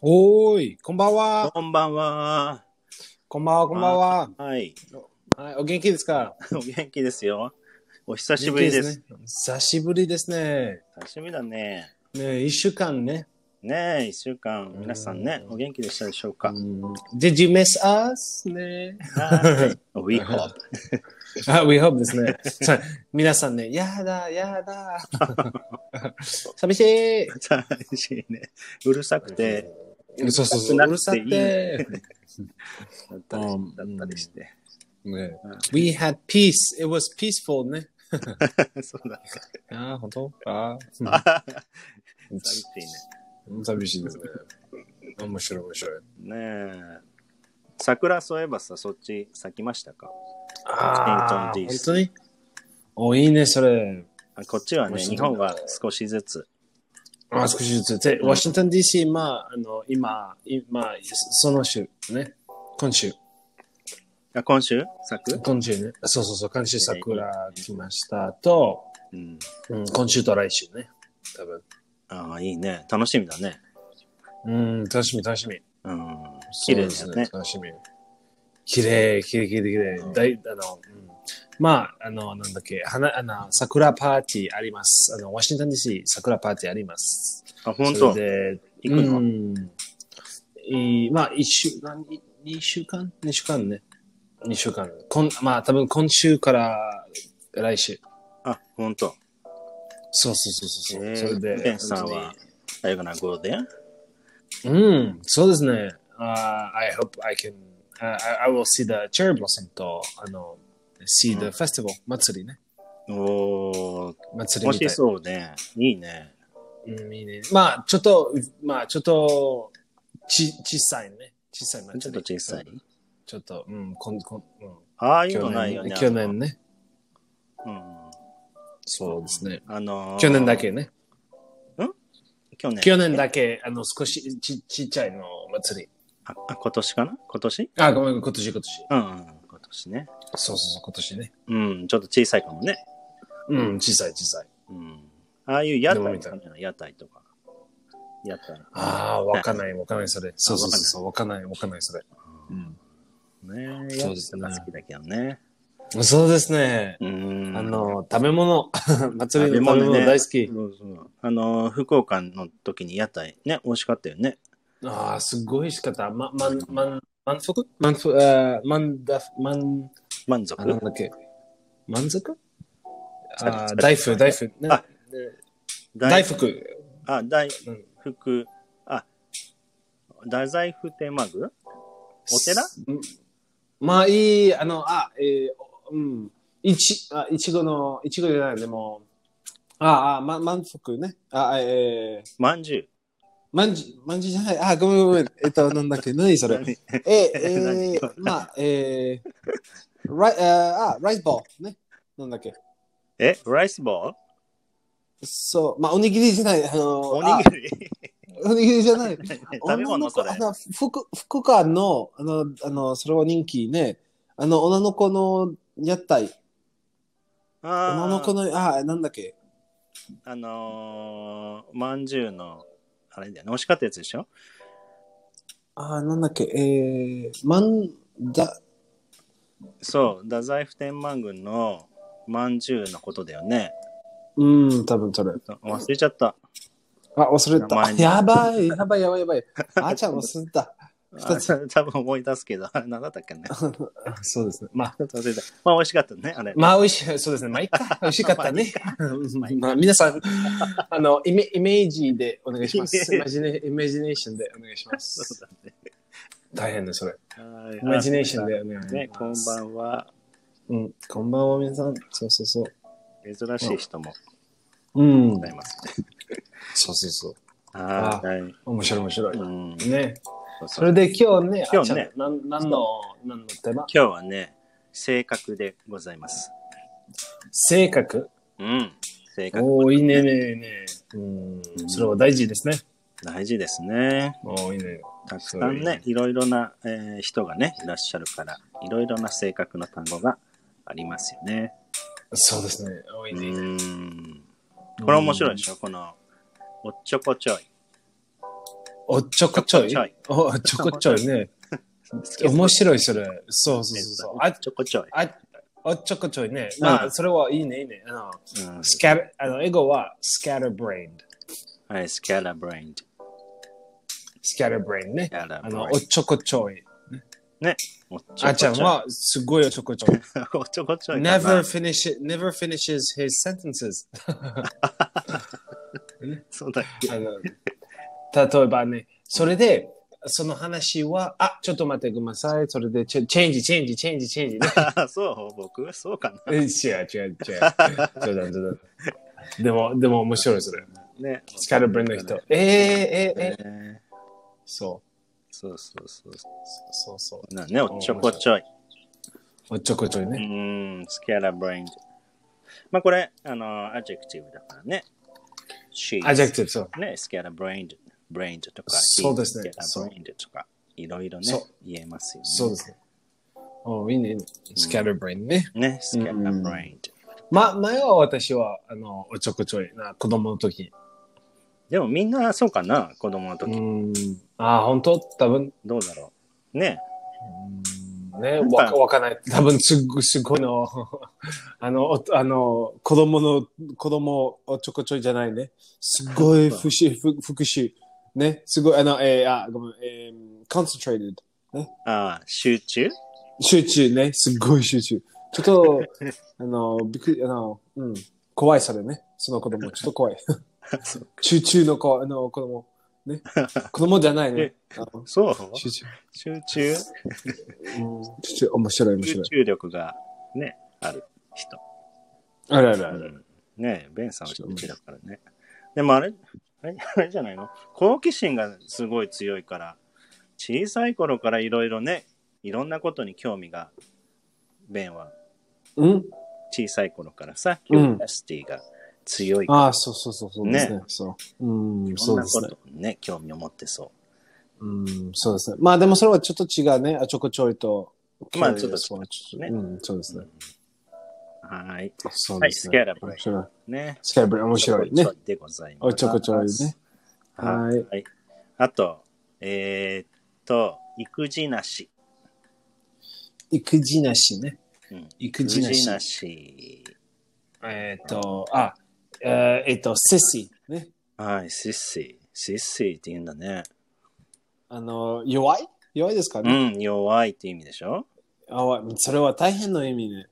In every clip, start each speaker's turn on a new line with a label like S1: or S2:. S1: おーい、こんばんは。
S2: こんばんは。
S1: こんばんは、こんばんは。
S2: はい。
S1: はい、お元気ですか
S2: お元気ですよ。お久しぶりで
S1: 元
S2: す。
S1: 気ね久しぶりですね。
S2: 久しぶりだね。
S1: ね一週間ね。
S2: ねえ、一週間、皆さんね、お元気でしたでしょうか。
S1: Did you miss us? ね。
S2: はい We hope.
S1: あ、we hope ですね。さ皆さんね、やだ、やだ。寂しい。
S2: 寂しいね。うるさくて、
S1: そうそうそう、うるさくて。
S2: だったり
S1: うん
S2: だったりして。
S1: ね We had peace. It was peaceful ね。
S2: そうだった。
S1: あー、本当あー
S2: 寂し
S1: うん寂しいですね。面白い、面白い。
S2: いね。ねえ。桜、そういえばさ、そっち咲きましたか
S1: ああ、
S2: Washington,
S1: 本
S2: D.C.
S1: 当にお、いいね、それ。
S2: あこっちは
S1: も
S2: ね、
S1: し
S2: 日本は少しずつ。
S1: あ少しずつ。で、ワシントン DC、まあ、あの、今、今、その週ね。今週、
S2: あ今週咲く
S1: 今週ね。そうそうそう、今週桜来ましたと、
S2: うん。
S1: うん、今週と来週ね。多分。
S2: ああ、いいね。楽しみだね。
S1: うん、楽しみ、楽しみ。
S2: うん。綺麗だ
S1: そ
S2: よ
S1: う
S2: ね。
S1: 楽しみ。綺麗、綺麗、綺麗、綺麗。だい、あの、うん、まあ、あの、なんだっけ、花、あの、桜パーティーあります。あの、ワシントン DC 桜パーティーあります。
S2: あ、本当
S1: それで、
S2: 行くの
S1: うんいいまあ、一週、何、二週間二週間ね。二週間。こんまあ、多分今週から来週。
S2: あ、本当。
S1: そうそうそうそう。
S2: えー
S1: それで。
S2: ベンさんは、大学なゴールデン
S1: 本当に。うん、そうですね。あ I hope I can, I- I, I will see the cherry blossom と、あの、see the festival、祭りね。
S2: おー、
S1: 祭り
S2: 楽
S1: みたい
S2: し。そうね。いいね。
S1: うん、いいね。まあ、ちょっと、まあ、ちょっと、ち、小さいね。小さい祭り。
S2: ちょっと小さい。
S1: ちょっと、うん、こん、こん、うん。
S2: ああいう
S1: 去
S2: のないよね
S1: 年。去年ね。
S2: あの。
S1: そうですね。
S2: うん。あのー
S1: 去年だ。けね。
S2: 去年。
S1: 去年だけ、あの、少しちちっちゃいの祭り。
S2: あ、あ今年かな今年
S1: あ、ごめん、今年今年。
S2: うん、うん今年ね。
S1: そうそうそう、今年ね。
S2: うん、ちょっと小さいかもね。
S1: うん、小さい小さい。
S2: うん。ああいう屋
S1: でも
S2: 台
S1: 見
S2: と
S1: た
S2: かね、屋台とか。屋台。
S1: ああ、わかんない、わかんない、それ。そうそうそうそう、わかんない、わかんない、それ。
S2: ねえ、
S1: そうです
S2: 屋
S1: ね
S2: 台とか好きだけどね。
S1: そうですね。
S2: うん。
S1: あの、食べ物、 祭りの食べ
S2: 食べ
S1: 物
S2: 物ね
S1: 大好き。
S2: そうそう。あの、福岡の時に屋台ね、美味しかったよね。
S1: ああ、すごい仕方。ま、ま、ま、満腹満腹、あー満だ、満、
S2: 満足
S1: あ、なんだっけ。満足あ
S2: 疲
S1: ー
S2: れ
S1: 大福、大福。な
S2: あ
S1: 大福。
S2: あ、大
S1: うん
S2: 福。あ、太宰府天満宮お寺
S1: うんまあいい、あの、あ、えー、うん、いち、あ、いちごの、いちごじゃない、でも、あ、あ、ま、満腹ね。あ、えー、
S2: まんじゅう。
S1: まんじ、まんじじゃない。あ、ごめんごめん。 えっと、なんだっけ、何そ れ。
S2: 何
S1: えー、えー、まあ、えー、ライ、えーあ、ライスボールね。なんだっけ。
S2: え、ライスボール
S1: そう、まあ、おにぎりじゃない。あの、
S2: おにぎり
S1: あおにぎりじゃない。
S2: 食べ物それ
S1: あ。の福福岡の、あの、あの、それは人気ね。あの、女の子の屋台。女の
S2: あ
S1: 子
S2: ー
S1: の、あ、なんだっけ。
S2: あのー、まんじゅうの、あれだよね、美味しかったやつでしょ
S1: あ、なんだっけ。えー、まんだ、
S2: そう、太宰府天満宮のまんじゅうのことだよね。
S1: うん、多分それ。
S2: そう忘れちゃった。
S1: あ、忘れた。
S2: 名
S1: あ
S2: 前に
S1: やばい、やばい、やばい、やばい。あーちゃん忘れた。二つ
S2: つ。多分思い出すけど、 あれ何だったっけね。
S1: そうですね。 まあ、
S2: ちょっと忘れた。まあ、美味しかったね、あれ。
S1: まあ、美味しい、そうですね。まあ、いい か。美味しかったね。 まあ、皆さん、あの、イメイメージでお願いします。イマジネイメージネーションでお願いしま
S2: そう
S1: す。
S2: だね。
S1: 大変だ、それ。
S2: はい
S1: イマジネーション。でお願いします。
S2: ね、こんばんは。
S1: うん、こんばんは、皆さん。そうそうそう。
S2: 珍しい人も
S1: うん
S2: ございます。
S1: そうそうそう。
S2: はーい。
S1: 面白い、面白い。
S2: う
S1: ね。
S2: んそう
S1: そ
S2: そう
S1: れで今日ね、
S2: 今日ね
S1: あちゃんなん、なんの、なんのテーマ
S2: 今日はね、性格でございます。
S1: 性格。
S2: うん。性格
S1: おーいいね、いいね、いいね。うん。それは大事ですね。
S2: 大事ですね。
S1: おーいいね。
S2: たくさん
S1: そう
S2: ね、いろいろな、えー人がね、いらっしゃるから、いろいろな性格の単語がありますよね。
S1: そうですね。おーいういねいいね。
S2: ん。これ面白いでし
S1: ょ。
S2: ょこの、おっちょこちょい。
S1: おっちょこちょい
S2: ちょい
S1: おおっちょこちょいね。面白い、それ。そうそうそうそう。あ
S2: ちょこちょい。
S1: あおっちょこちょいね。ま
S2: う
S1: あ、
S2: ん
S1: それはいいね、いいね。あの、
S2: うん
S1: スカあの英語は scatterbrained。
S2: はい、スキャラブレイン。
S1: scatterbrained ね。
S2: Scatterbrained
S1: あの、おっちょこちょい。
S2: ね。おっちょ
S1: あ
S2: こ
S1: ち
S2: ちょ
S1: ゃ
S2: い
S1: ん。はすごいおっちょこちょい。
S2: おっちょこちょいかな。
S1: never finishes, never finishes his sentences.
S2: そうだっけ。
S1: あの例えばね、それで、その話は、あ、ちょっと待ってください。それで、チェチェンジ、チェンジ、チェンジ、チェンジね。
S2: あ そう、僕そうかな。
S1: え 違う違う違 う。冗談冗談。でも、でも面白いそれ。
S2: ね。
S1: スカルブレンの人。。えー、えー、え
S2: え
S1: ー、そう。
S2: そうそうそうそ。
S1: そうそう
S2: なね、おっちょこちょい。
S1: う。おっちょこちょいうね。
S2: ーん、スキャラブレイン。まあこれ、あの、アジェクティブだからね。she
S1: アジェクティブ、そう。
S2: ね、スキャラブレイン、ブレインとか、
S1: そうですね
S2: スキャラブレインとか、いろいろね
S1: そう、
S2: 言えますよね。
S1: そうですね。おいいね、いいね。スカルブレンね。
S2: ね、スキャラブレイン。
S1: ま、前は私は、あの、おっちょこちょいな、子供の時。
S2: でもみんなそうかな、子供の
S1: う
S2: 時。
S1: ん。ああ、本当多分、
S2: どうだろう。ね、
S1: うんね、
S2: ん
S1: わわかんない。多分、すっごい、すごいの。 あの、おあの、子供の、子供、おっちょこちょいじゃないね。すごい復習、復復習。ね、すごい、あの、えー、あ、ごめん、えー、concentrated。
S2: ああ、集中
S1: 集中ね、すっごい集中。ちょっ と、あの、びっくり、あの、うん、怖いそれね。その子 供、ちょっと怖い。
S2: そう
S1: 集中の子、あの、子供。 ね。子供じゃないね。あの
S2: そう
S1: 集中。
S2: 集中
S1: 集中、面白い、面
S2: 集
S1: 白い。
S2: 中力がね、ある人。
S1: あらあらあ
S2: う
S1: ら。
S2: んねベンさんは集中だからね。でもあれ、あれあれじゃないの好奇心がすごい強いから、小さい頃からいろいろね、いろんなことに興味が、ベンは
S1: うん
S2: 小さい頃からさ、キ
S1: う
S2: ュ
S1: ん
S2: リアシティが強いから、
S1: ああ、そうそうそう、そうですね。
S2: ね
S1: そう。うん、
S2: いろ
S1: そ
S2: ん
S1: う
S2: な
S1: で
S2: こ
S1: すね。
S2: とにね、興味を持ってそ
S1: うん、そうですね。まあでもそれはちょっと違うね。あちょこちょいと。
S2: まあちょっと
S1: そう
S2: う。ね。
S1: うん、そうですね。
S2: はーい。
S1: そうですね。
S2: はいスキャラブレイ
S1: 面白い。
S2: ね。
S1: スキャラブレイ面白いね
S2: ちょこちょ。でございま
S1: お
S2: す。
S1: ちょこちょいね。
S2: は。
S1: はいい。
S2: あと、えー、っと、育児なし。
S1: 育児なしね。
S2: うん
S1: 育児なし。
S2: なし。
S1: えーっと、あ、えーえーっと、セシ。ね。
S2: はい、シッシー。シッシーって言うんだね。
S1: あの、弱い弱いですか
S2: う
S1: ね、
S2: ん、弱いって意味でしょ
S1: あそれは大変の意味ね。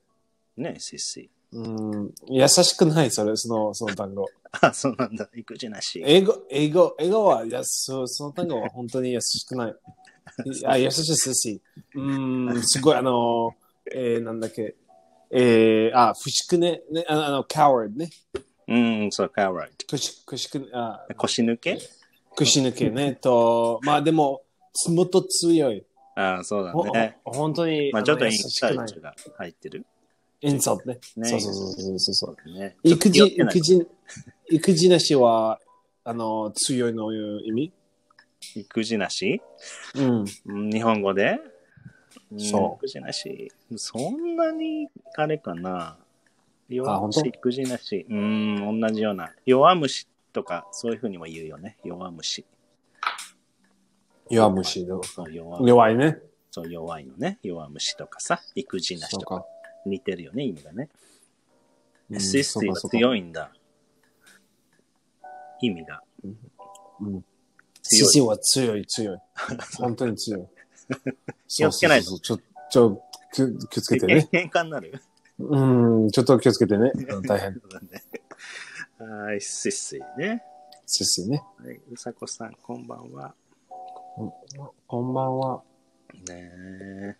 S2: ね、シッシ
S1: うん、優しくない、それ、その、その単語。
S2: ー。あ、そうなんだ。育児なし。
S1: 英語、英語、英語は、いやそその単語は本当に優しくない。 いや優しいセシ。うん、すごい、あの、えー、なんだっけ。えー、あ、不しくね、ね、あの、あの coward ね。
S2: うん、そう、カワイ
S1: くし、くしくね、あ、
S2: 腰抜け
S1: くし抜けね。と、まあでも、つもっと強い。
S2: あそうだ
S1: ほ
S2: ね。
S1: ほ本当に、
S2: まあ、
S1: の
S2: ちょっとイ
S1: 優
S2: ン
S1: し
S2: サ
S1: く
S2: イ
S1: ない
S2: トが入ってる。
S1: インサルトね。
S2: ね
S1: そうそうそうそうそう。
S2: ね。
S1: 育
S2: ち
S1: 児、
S2: ょっと寄ってない
S1: 育児、育児なしは、あの、強いのいう意味
S2: 育児なし
S1: うん。
S2: うん日本語でん
S1: そう
S2: 育児なし。そんなに、あれかな。弱
S1: 本
S2: 虫、
S1: 当
S2: 育児なし。うん、同じような。弱虫とか、そういうふうにも言うよね。弱虫。
S1: 弱虫の。
S2: そう弱虫
S1: 弱いね。
S2: そう弱いのね。弱虫とかさ、育児なし
S1: そう
S2: とか
S1: か。
S2: 似てるよね、意味がね。
S1: うん
S2: システィが
S1: そうか
S2: 強いんだ。意味が。
S1: うん
S2: 強い
S1: 父は強い、強い。 本当に強い。
S2: 気をつけない
S1: そ
S2: と
S1: うそうそうちょ、ちょ、気を気をつけてね。
S2: 喧嘩になる。
S1: うん、ちょっと気をつけてね。うん大変。
S2: そうだねはい、システィね。
S1: セシね。
S2: はい、うさこさん、こんばんは。
S1: こんばんは。
S2: ねえ。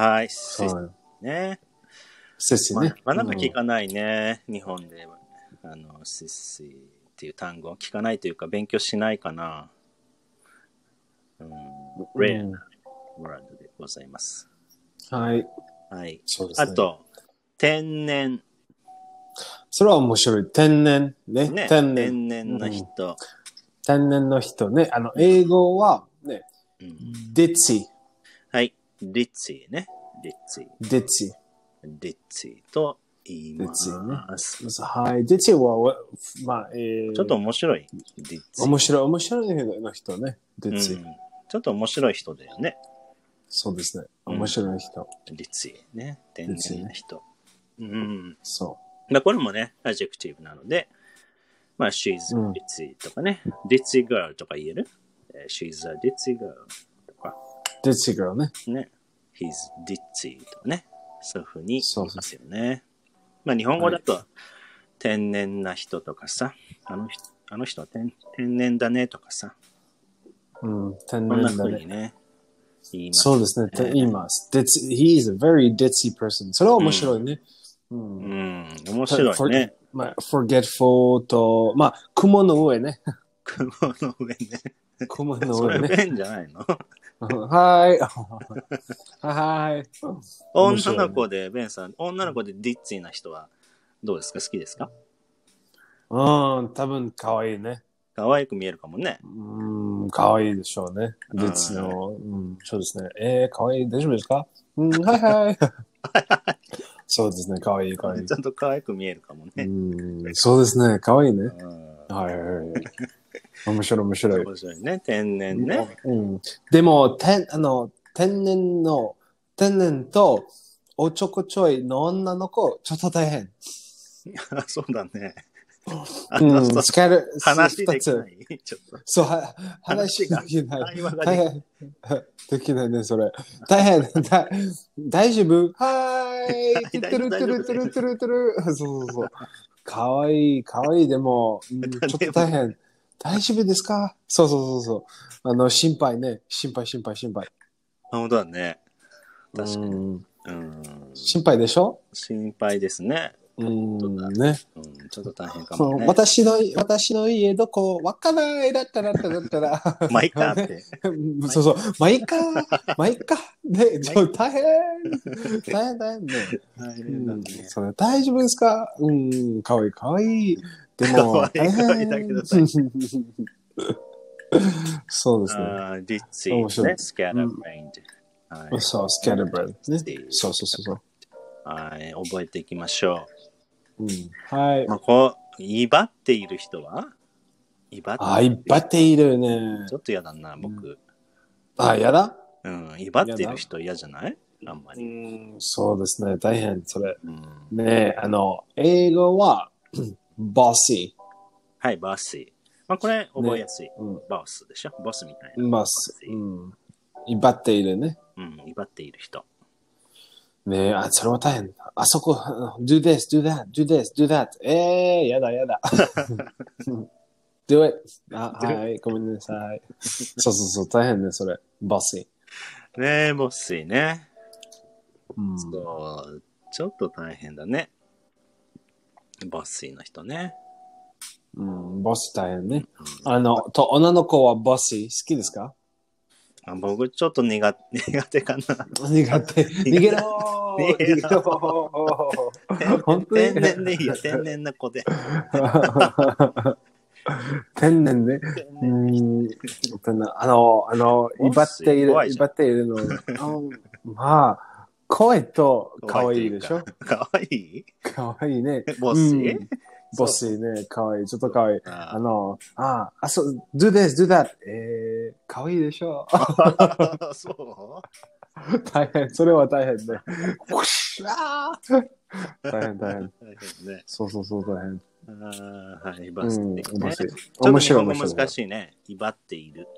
S2: はい、シス
S1: はい
S2: ね。
S1: セシ
S2: ま
S1: ね。
S2: あ、なんか聞かないね、日本では。あの、シスシっていう単語。聞かないというか、勉強しないかな。うん、レア
S1: うん
S2: なワードでございます。
S1: うんはい。
S2: はい。
S1: そうです
S2: あ
S1: ね。
S2: と、天然。
S1: それは面白い。天然。ね。
S2: ね。
S1: 天然。
S2: 天然の人。
S1: 天然の人ね。あの、英語は、ね、
S2: うん
S1: デッチ、
S2: はい。リッツィね。リッツィ。
S1: デッチ。
S2: リッツィと、い
S1: デ
S2: ま
S1: ッツよね
S2: す。
S1: はい。で、チェは、わまあ、えー、
S2: ちょっと面白い。ディッツ
S1: 面白い、面白いの人ね。デッツ、
S2: うんちょっと面白い人だよね。
S1: そうですね。
S2: うん
S1: 面白い人。
S2: リツイね。天然な人。うん。
S1: そ
S2: だこれもね、アジェクティブなので、まあ、she's
S1: うん
S2: a ditzy とかね、ditzy girl とか言える、えー ?she's a ditzy girl とか、
S1: う。デッツがね。
S2: ね、he's ditzy とかね、そういうふうに
S1: そ
S2: 言
S1: う
S2: い
S1: そう
S2: ますよね。まあ、日本語だと、天然な人とかさ、あの人あの人は天天然だねとかさ、
S1: うん。天
S2: こんな
S1: 然
S2: ふ
S1: だ
S2: う
S1: ね
S2: に。ね、言います。
S1: そうですね。て言います。デッツ、he is a very ditzy person. それは面白いね。うん
S2: うん、面白い ね。。
S1: For- まあ、forgetful と、まあ、雲の上 ね。
S2: 雲の上ね。
S1: 雲の
S2: そ
S1: 上
S2: れ
S1: ね。
S2: 便じゃないの
S1: はい。はい。面
S2: 女
S1: 白いね
S2: の子で、ベンさん、女の子でディッツィな人はどうですか好きですか
S1: うん、多分可愛いね。
S2: 可愛く見えるかもね。
S1: うん、可愛いでしょうね。
S2: うん
S1: 別の、うん、そうですね。えー、可愛い、大丈夫ですかうん、はい はい。そうですね、可愛い、
S2: ち
S1: 可愛い。
S2: ょっと可愛く見えるかも
S1: う
S2: ね。
S1: ん、そうですね、可愛いね。
S2: うん
S1: はいはいはい。面白い、面白い。
S2: 面白いね。天然ね。
S1: うん、でも、天、あの、天然の、天然と、おちょこちょいの女の子、ちょっと大変。
S2: そうだね。あ
S1: うん、
S2: そう
S1: 疲れ、
S2: 話
S1: 二
S2: できな
S1: つ。
S2: い。ちょっと
S1: そう、は話ができない。
S2: 会話が
S1: 大
S2: できない。
S1: 変。 できないね、それ。大変。だ大丈夫はーい。ト
S2: 大
S1: ゥ
S2: 丈
S1: ル
S2: 夫
S1: トゥルトゥルトゥルトゥル。そうそうそう。かわいい、かわいい。でも、 うんちょっと大変。大丈夫ですかそうそうそうそう。あの、心配ね。心配、心配、心配。
S2: 本当だね。確かに。
S1: うん
S2: うん。
S1: 心配でしょ
S2: 心配ですね。
S1: うん、ね。
S2: うん。ちょっと大変か
S1: そ
S2: も
S1: う
S2: ね。
S1: 私の、私の家どこわからないだったら、だったら、だったら。
S2: マイカーって。
S1: うん そうそう、マイカー、マイカー、ね、ちょ大変、大変、大変ね。
S2: 大
S1: う
S2: 変だ
S1: ん
S2: ね。
S1: それ大丈夫ですかうん、かわいい、かわいい。でも、
S2: 可愛
S1: 大
S2: い可愛い
S1: 変
S2: だけど大
S1: そうですね。
S2: あーディッツ
S1: 面
S2: ィ
S1: 白
S2: ね
S1: い。
S2: スキャラブレインジ。はい。
S1: そう、スキャルブレッドね
S2: で。
S1: そうそうそうそう。
S2: はい、覚えていきましょ。。
S1: うん、はいう
S2: まあ、こう、威張っている人は威張って
S1: あ、いっぱいっているね
S2: ち。ょっと嫌だな、僕。
S1: あ、やだ
S2: うん、威張っている人嫌じゃないあんま
S1: う
S2: り。
S1: ん、そうですね、大変、それ。
S2: うん、
S1: ねあの、英語は、ボッシ
S2: はい、バースイ。まあ、これ、覚えやすい。
S1: ー。うん
S2: バースでしょボスみたい
S1: い
S2: な。
S1: ます。
S2: う、
S1: うんん。威張っているね。
S2: 威張っている人。
S1: ねえ、あ、それは大変。あそこ、do this, do that, do this, do that. ええー、やだやだ。do it. あ、
S2: Do it.
S1: はい、ごめんなさい。そうそうそう、大変ね、それ。バス。
S2: ねえ、ボスイね。
S1: うん、
S2: そう、ちょっと大変だね。ボスイの人ね。
S1: うん、ボス大変ね。
S2: うん
S1: あの、と、女の子はボス好きです か
S2: あ僕、ちょっと苦 手苦手かな。
S1: 苦手。逃げろー
S2: 逃げろー
S1: 逃げろー本当に
S2: 天然でい いよ、天然な子で。
S1: 天然ね。
S2: 天
S1: う
S2: 然
S1: ん、あの、あの、威張っている、
S2: 怖い
S1: 威
S2: じ
S1: 張
S2: ゃん
S1: っているの。あのまあ、声と可愛いでしょ
S2: かわいい
S1: 可愛いね。
S2: ボス、
S1: うんボスいいね、可愛いちょっと可愛いあ
S2: あ
S1: の、あ、あ、そう、do this, do that. えー、可愛いでしょ
S2: ー そ
S1: 大変、それは大変ね。ウォッシュあー大変、大変。
S2: う大変ね。
S1: そうそうそう、大変。
S2: あーはい、
S1: う
S2: バス
S1: ん、
S2: ね。
S1: 面白い。
S2: ちょっと
S1: 面
S2: 日
S1: 白い、
S2: 本
S1: 面
S2: 語
S1: 白い
S2: 難。しいね。威張っている。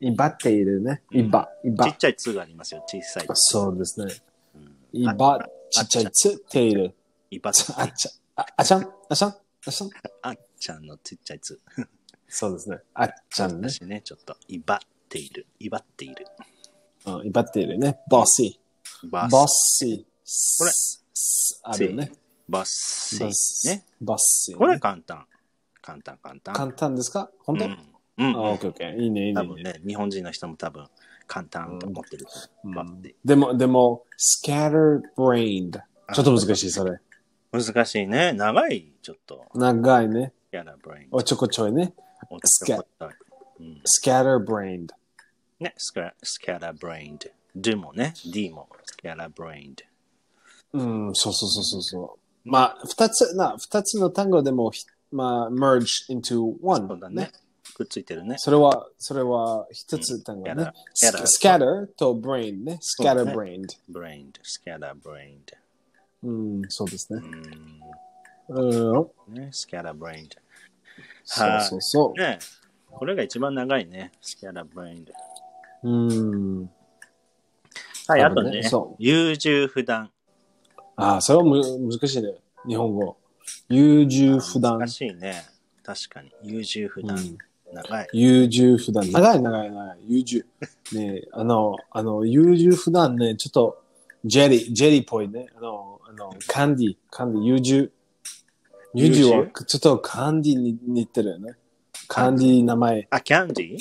S1: 威張っているね。威張、威
S2: ち
S1: 張
S2: っ。ちゃい「つ」がありますよ、小さい。
S1: そうですね。
S2: うん
S1: 威
S2: あ
S1: 張、ちっちゃい、つっている。
S2: 威張
S1: あ
S2: って
S1: っ。ちゃん、ああちゃん、あちゃん、あちゃん。
S2: あっちゃんのちっちゃい「つ
S1: そうですね。あっ」ちゃんね
S2: だ。しね、ちょっと威張っている。威張っている。
S1: うん、威張っているね。ボッシ
S2: バ
S1: ー。ボッ
S2: ス。
S1: シー。
S2: これ
S1: ススあるよね。
S2: バス
S1: ボッ。シー
S2: ね。。
S1: ボッシーね。
S2: これ簡単。簡単、簡単。
S1: 簡単ですか本当、
S2: う
S1: あ、
S2: んうん。
S1: オッケーオッケー。いいね、いいね
S2: 多
S1: いい
S2: 分
S1: ね。
S2: ね、日本人の人も多分簡単と思ってる。
S1: うん
S2: バスで
S1: でも、でも、scattered brained。ちょっと難しい、それ。
S2: 難しいね。長い、ちょっと。
S1: 長いね。
S2: やら、ブレイン。
S1: おちょこちょいね。
S2: お
S1: スキャ
S2: うん、
S1: scattered brained。
S2: ね、スキャスキャラブレインド。ドもね、D もスキャラブレイン
S1: うん、そうそうそうそうそまあ、二つ、な、二つの単語でもひ、まあ、merge into
S2: そ
S1: one
S2: うだね。。くっついてるね。
S1: それは、それは一つ単語
S2: うんや
S1: ね
S2: だ。やだ
S1: Sc- scatter と brain ね。
S2: そうだ
S1: scatter
S2: ね
S1: brained。
S2: brained, scatter brained.
S1: うん、そうですね
S2: う。ん
S1: うん。
S2: ね、scatter brained。
S1: そうそうそ
S2: ねこれが一番長いね。scatter brained。
S1: う。うん。
S2: はい、
S1: 多
S2: あと
S1: 分ね
S2: ね
S1: そ、
S2: 優柔不断。
S1: ああ、それはむ難しいね。日本語。優柔不断
S2: 難。しいね。確かに。優柔不断。
S1: うん
S2: 長い。
S1: 優柔不断。長い長い長い。優柔。ねえあの、あの、優柔不断ね、ちょっと、ジェリー、ジェリーっぽいね。あの、あの、カンディ、カンディ、優柔。優柔は
S2: 優
S1: ちょっとカンディに似てるよね。カンディ名前。
S2: あ、キャンディー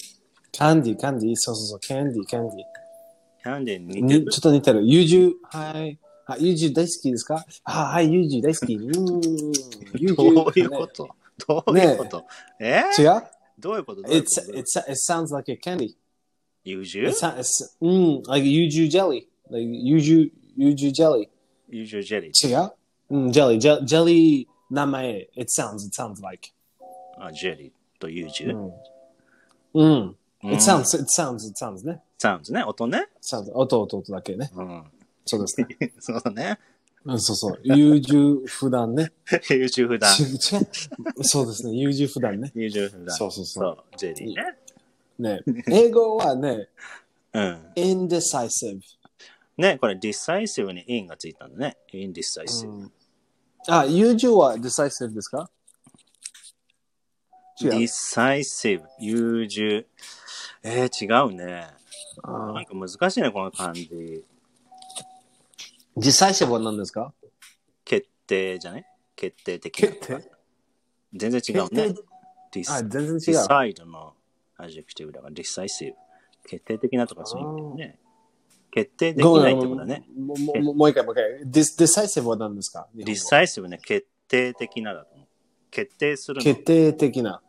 S1: カンディ、カンディ、そうそうそう、キャンディ、キャンディ。
S2: キャンディーに似て
S1: に
S2: る
S1: ちょっと似てる。優柔、はい。あ、優柔大好きですかあ、はい、優柔大好き。うーん。優柔
S2: どういうことどういうことえ
S1: ね違う
S2: どういうことどういう
S1: It's,
S2: こと
S1: it's, it sounds like a candy.
S2: 優柔
S1: It's, it's, mm, like yuzu jelly. Like yuzu, yuzu jelly.
S2: 優柔ジェリー。
S1: 違う、うん、jelly, je- jelly 名前。It sounds, it sounds like.
S2: あ、ジェリーと優柔。
S1: うん。うん。
S2: うん
S1: Mm. It sounds, it sounds, it sounds ね。
S2: sounds ね。音ね。
S1: sounds, 音、音、音だけ ね。
S2: うん。
S1: そうですね。
S2: そうだね。
S1: うん、そうそう。優柔不断ね。
S2: 優柔不断。
S1: ち違う。 そうですね。優柔不断ね。
S2: 優柔不断。。
S1: そうそうそう
S2: ジェリーね。
S1: ね。英語はね、
S2: うん。
S1: indecisive。
S2: ね、これ、decisive に in がついたんだね。indecisive。
S1: あ、優柔は decisive ですか違う。
S2: decisive, 優柔。えー、違うね。
S1: あー
S2: なんか難しいね、この漢字。
S1: decisive は何ですか
S2: 決定じゃない決定的な
S1: 決定
S2: 全然違うね。Dec-
S1: あ、全然違う。
S2: decide のアジェクティブだから、decisive。決定的なとかそういう意味だよね。決定できないってことだね。
S1: ごめんごめんもうもうもう一回、もう一回。Dis- decisive は何ですか日本語
S2: decisive ね、決定的なだと思う。決定するの。
S1: 決定的な。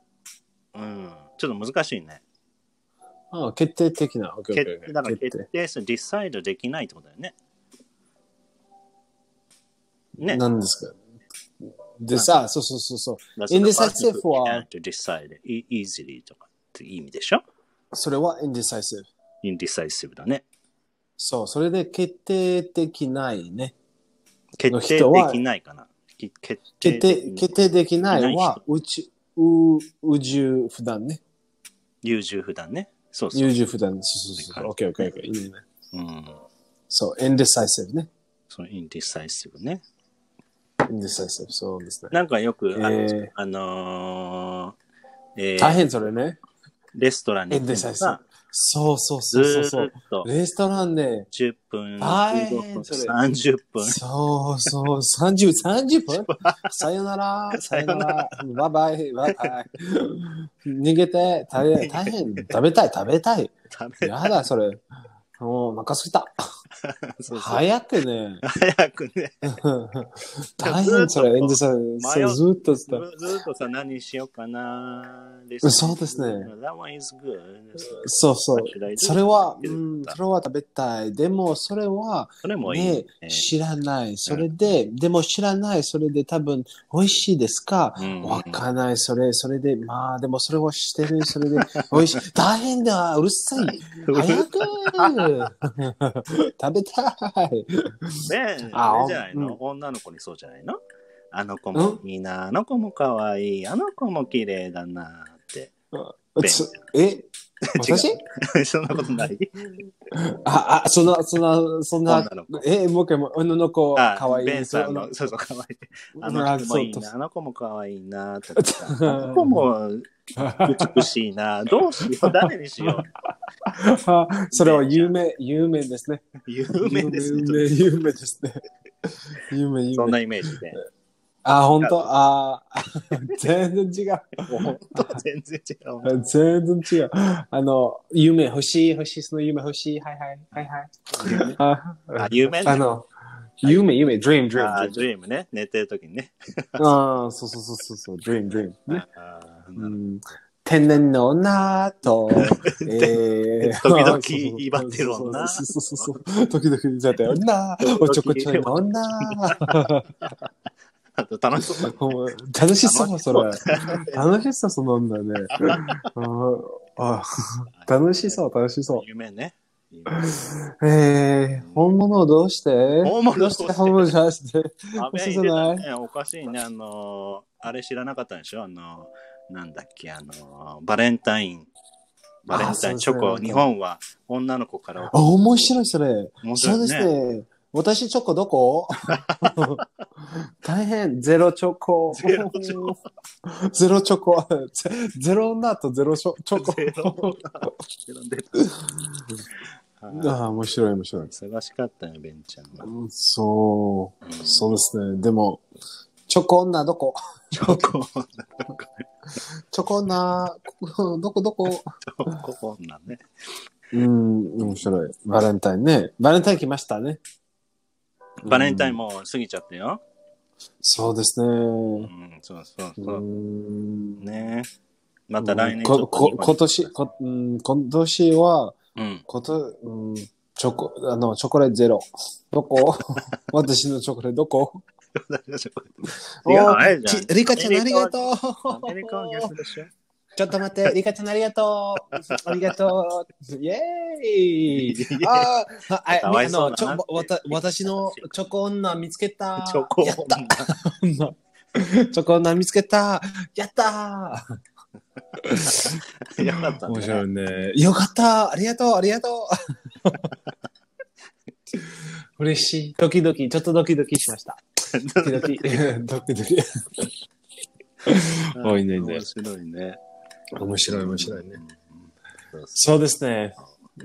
S2: うん。ちょっと難しいね。
S1: あ決定的な。OK,
S2: 決
S1: OK,
S2: だから
S1: OK. 決
S2: 決定する、decide できないってことだよね。
S1: 定。
S2: ね。
S1: 何ですかでさ、そうそうそうそう。
S2: That's the
S1: indecisive
S2: person who
S1: は
S2: can't、decide e- easily とかって意味でしょ
S1: それは indecisive。
S2: ?indecisive だね。
S1: そう、それで決定的ないね。
S2: 決
S1: の
S2: 定
S1: 人は
S2: できないかな。き決
S1: 決
S2: 定
S1: 定、決定できない
S2: ない
S1: は、宇宙、う宇宙不断ね。
S2: 優柔不断ね。そうそう。
S1: 優柔不断。そうそうそう。OK, OK, OK. いいね。
S2: うん。
S1: そう、indecisive ね。
S2: その indecisive ね。
S1: indecisive。そうですね。
S2: なんかよく、あの
S1: えー
S2: あのーえー
S1: 大変それね。
S2: レストランに行っても
S1: indecisive
S2: さ、。
S1: そうそう
S2: ず
S1: そうそうそ
S2: ーっ
S1: う。
S2: と
S1: レストランで、
S2: 10分、
S1: 大
S2: 15
S1: 変
S2: 分、
S1: それ
S2: 30分。
S1: そうそう、30、30分 さよなら、さよなら、バイバイ、バイバイ。逃げて、大変、大変、食べたい、食べたい。
S2: 食べ
S1: やだ、それ。もう、お腹すいた。
S2: そうそう
S1: 早く ね。
S2: 早くね。
S1: 大変、それ、エンジさん、
S2: 迷う
S1: そうずっと
S2: ず
S1: 伝
S2: ずーっとさ、何しようかな。
S1: そうですね
S2: That one is good.
S1: そうそう。それは、うん、そ
S2: そ
S1: れは食べたい。でも、それは、
S2: れもいいね
S1: ね。、知らない。それで、でも知らない。それで多分、美味しいですか
S2: うん
S1: わかんない。それ、それで、まあ、でもそれをしてる。それで、 美味しい。大変だ。うるさ い。早く食べたい。
S2: ね
S1: あ
S2: あれじゃないの、
S1: うん
S2: 女の子にそうじゃないのあの子もいいな、あの子も可愛い、あの子も綺麗だなって。
S1: つえ私
S2: そんなことない
S1: あ、あ、そんな、そんな、そんな
S2: 女、の子。
S1: え、もう一回も、女の子、
S2: あ
S1: かわいい。
S2: ベンさんの、
S1: そ
S2: そう
S1: う
S2: そう、可愛い。あ
S1: あ
S2: の
S1: の、
S2: 子も
S1: そ
S2: いいう
S1: と
S2: な、あの子も可愛いなとかさ、あの子も美しいな、 どうしよう、誰にしよ
S1: それは有名、有名ですね。
S2: う。有名ですね。
S1: 有名ですね。有名、有
S2: そんな
S1: 名。
S2: イメージで。
S1: あ、本当あー 全然違 う。
S2: もう本当全然違う。
S1: 全然違う。あの、夢欲しい、欲しい、その夢欲しい。はいはい、はいはい。あ
S2: あ、有名
S1: あ
S2: な
S1: の、夢、夢、dream,
S2: あ
S1: dream.
S2: ドリームね、寝てるときにね。
S1: ああ、そうそうそうそうそう、dream, dream. ね
S2: あー
S1: うん天然の女 と、えー
S2: 時々 威張ってる女
S1: そうそうそうそう。時々威張ってる女、おちょこちょいの女。
S2: 楽しそうだ。
S1: ほんま楽しそう、それ
S2: 楽し。
S1: 楽しそう、その女ね。ああ楽しそう、楽しそう。
S2: 夢ね。夢
S1: えー、本物をどうして
S2: 本物をどうして
S1: 本物をどうして
S2: 安倍
S1: 嘘じゃない
S2: 入れたねおかしいね。あのー、あれ知らなかったんでしょあのー、なんだっけ、あのー、バレンタイン。バレンタイン
S1: あ
S2: チョ
S1: そう
S2: コ。
S1: そう
S2: 日本は女の子から
S1: あ、面白い、それ。
S2: 面白
S1: そう
S2: い
S1: で
S2: ね
S1: すね。私、チョコどこ大変、ゼロチョコ。
S2: ゼロチョ
S1: コ。ゼロチョコ。ゼゼロ女とゼロチョチョコ。
S2: ゼロ女
S1: ああ、面白い、面白い。
S2: 忙しかったよ、ベンちゃんは。
S1: そう、そうですね。でも、チョコ女どこ
S2: チョコ女、
S1: チョコ女、どこどこ
S2: チョコ女ね。
S1: うん、面白い。バレンタインね。バレンタイン来ましたね。
S2: バレンタイン
S1: も。
S2: もう過ぎちゃったよ。
S1: そうです
S2: う
S1: ね。
S2: ん、そうそう
S1: う
S2: そう。
S1: ん
S2: ねまた来年ちょっ
S1: ことこ今年、こうん今年は、
S2: うん。
S1: こと、うん、チョコ、あの、チョコレートゼロ。どこ私のチョコレートどこ
S2: いやあれじゃん
S1: ちリカちゃんありがとう
S2: アメリカは逆でしょ
S1: ちょっと待 って、リカちゃんありがと う。ありがとう。イェ
S2: い
S1: ーイ。あーあ、あ
S2: かわ
S1: あ
S2: いそ
S1: の、
S2: うだ
S1: ち
S2: な
S1: ょわ た私のチョコ女見つけた。
S2: チョコ
S1: やっ
S2: 女。
S1: た。チョコ女見つけた。やった
S2: よかったね。
S1: いね。よかった。ありがとう、ありがとう。 嬉しい。ドキドキ、ちょっとドキドキしました。ドキドキ。 ドキドキ。多いね
S2: 面白いね。
S1: 面白い、面白いね
S2: う。ん。そうそう
S1: そうですね。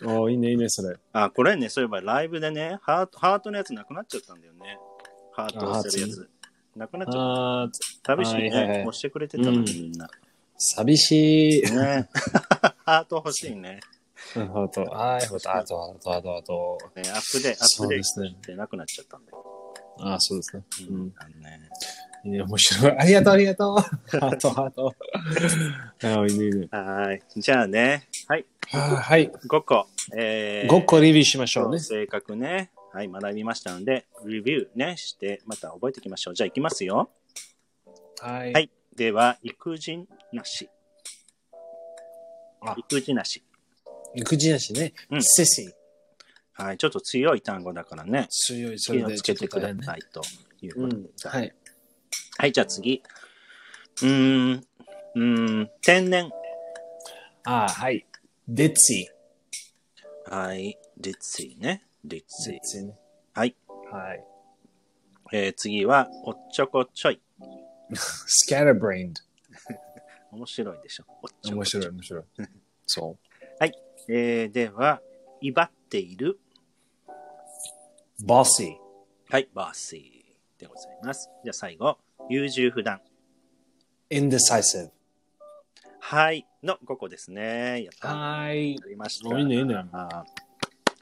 S1: おいいね、いいね、それ。
S2: あ、これね、そういえばライブでね、ハートハートのやつなくなっちゃったんだよね。ハート押せるやつ。なくなっちゃっ
S1: ああ、
S2: た。寂しい
S1: は
S2: ね。
S1: いはいはい
S2: 押してくれてたのにみんな。
S1: 寂しい。
S2: ね。 ハート欲しいね。
S1: なるほど。はい、ほと、あと、あと、あと、あと。
S2: ねアップデート、アッ
S1: そう
S2: プデ
S1: で
S2: ー
S1: すね
S2: トってなくなっちゃったんだよ。
S1: ああ、そうですね。う
S2: うんん。あのね
S1: いいね、面白い。ありがと う、ありがとう。ハート、ハート。あいいね、いいね。
S2: はーい。じゃあね。はい。
S1: ははい。
S2: 5個。えー
S1: 5個レビューしましょう
S2: そう
S1: ね。
S2: 性格ね。はい、学びましたので、レビューね、して、また覚えていきましょう。じゃあ、いきますよ。
S1: は。
S2: はいい。では、育児なし
S1: あ。
S2: 育児なし。
S1: 育児なしね
S2: う。ん
S1: セシ
S2: はい、ちょっと強い単語だからね。
S1: 強い、そ
S2: 気
S1: れ
S2: を
S1: で
S2: つ
S1: ちょ
S2: け
S1: っと
S2: てく
S1: 大
S2: だ
S1: 変ね
S2: さいという
S1: う
S2: こと
S1: ん
S2: で。。
S1: は
S2: はい、
S1: い。
S2: じゃあ次。うーん、うーん、天然。
S1: ああ、はい。デッツィ。
S2: はい、立位ね。立位。
S1: ツィね。
S2: はい。
S1: はい。
S2: えー、次は、おっちょこちょい。
S1: スキャラブレイン
S2: 面白いでしょ。おっち
S1: ド。
S2: ょこ
S1: 面
S2: ちょ
S1: 白い、面白 い。そ
S2: えー、では、威張っている。
S1: う。ボスシ
S2: はい、バーシーでございます。じゃあ最後、優柔不断。
S1: ー。インデサイセ
S2: はいの5個ですね。やっ
S1: ブ。
S2: たー。
S1: はい
S2: や。りました。
S1: おいいね、いいね。
S2: あー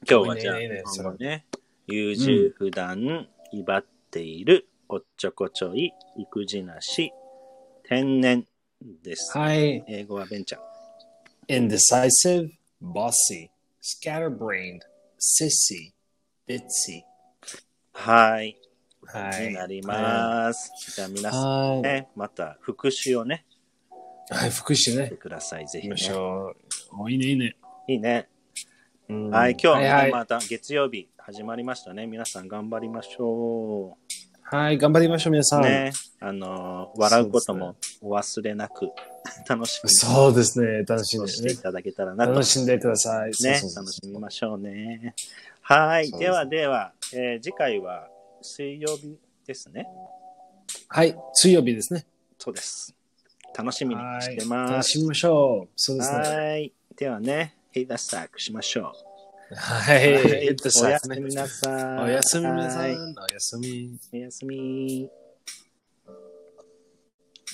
S2: 今日はじゃあ、
S1: いいねいいね
S2: 日本語ね、優柔不断、威張っている、おっちょこちょい、育児なし、天然です。
S1: はい。
S2: 英語はベンチャー。
S1: indecisive, bossy, scatterbrained, sissy, ditzy.
S2: はい。
S1: は
S2: になります。じゃあ皆さん
S1: は
S2: ね、また復習をね、
S1: い。はい、福祉
S2: し
S1: ね。
S2: てください。ぜ
S1: 行
S2: ひ、
S1: きま。
S2: ね
S1: しょう。おいいね、いいね。
S2: いいね。
S1: うん
S2: はい、今日
S1: は、
S2: はい
S1: はい
S2: また月曜日始まりましたね。皆さん頑張りましょ
S1: はい、頑張りましょう、皆
S2: う。
S1: さん。
S2: ね、あのー笑うこと
S1: そう
S2: もお忘れなく楽しく
S1: そうですね、楽しん
S2: 過ご
S1: で
S2: して
S1: ね
S2: い。ただけたらなと。
S1: 楽しんでください。
S2: ね
S1: そうそうそう
S2: 楽しみましょうね。はい、
S1: そうで
S2: ですはでは、えー次回は水曜日ですね。
S1: はい、水曜日ですね。
S2: そうです。楽しみに
S1: は
S2: し
S1: い
S2: て。ま
S1: 楽
S2: す。
S1: しみましょう。そうです
S2: は
S1: ね。
S2: い、ではね、ヘイダスタックしましょ
S1: は
S2: う。
S1: い、
S2: はいおやす
S1: ね
S2: みなさい。
S1: おやすみなさ。
S2: はいい
S1: おやすみ。
S2: おやすみ。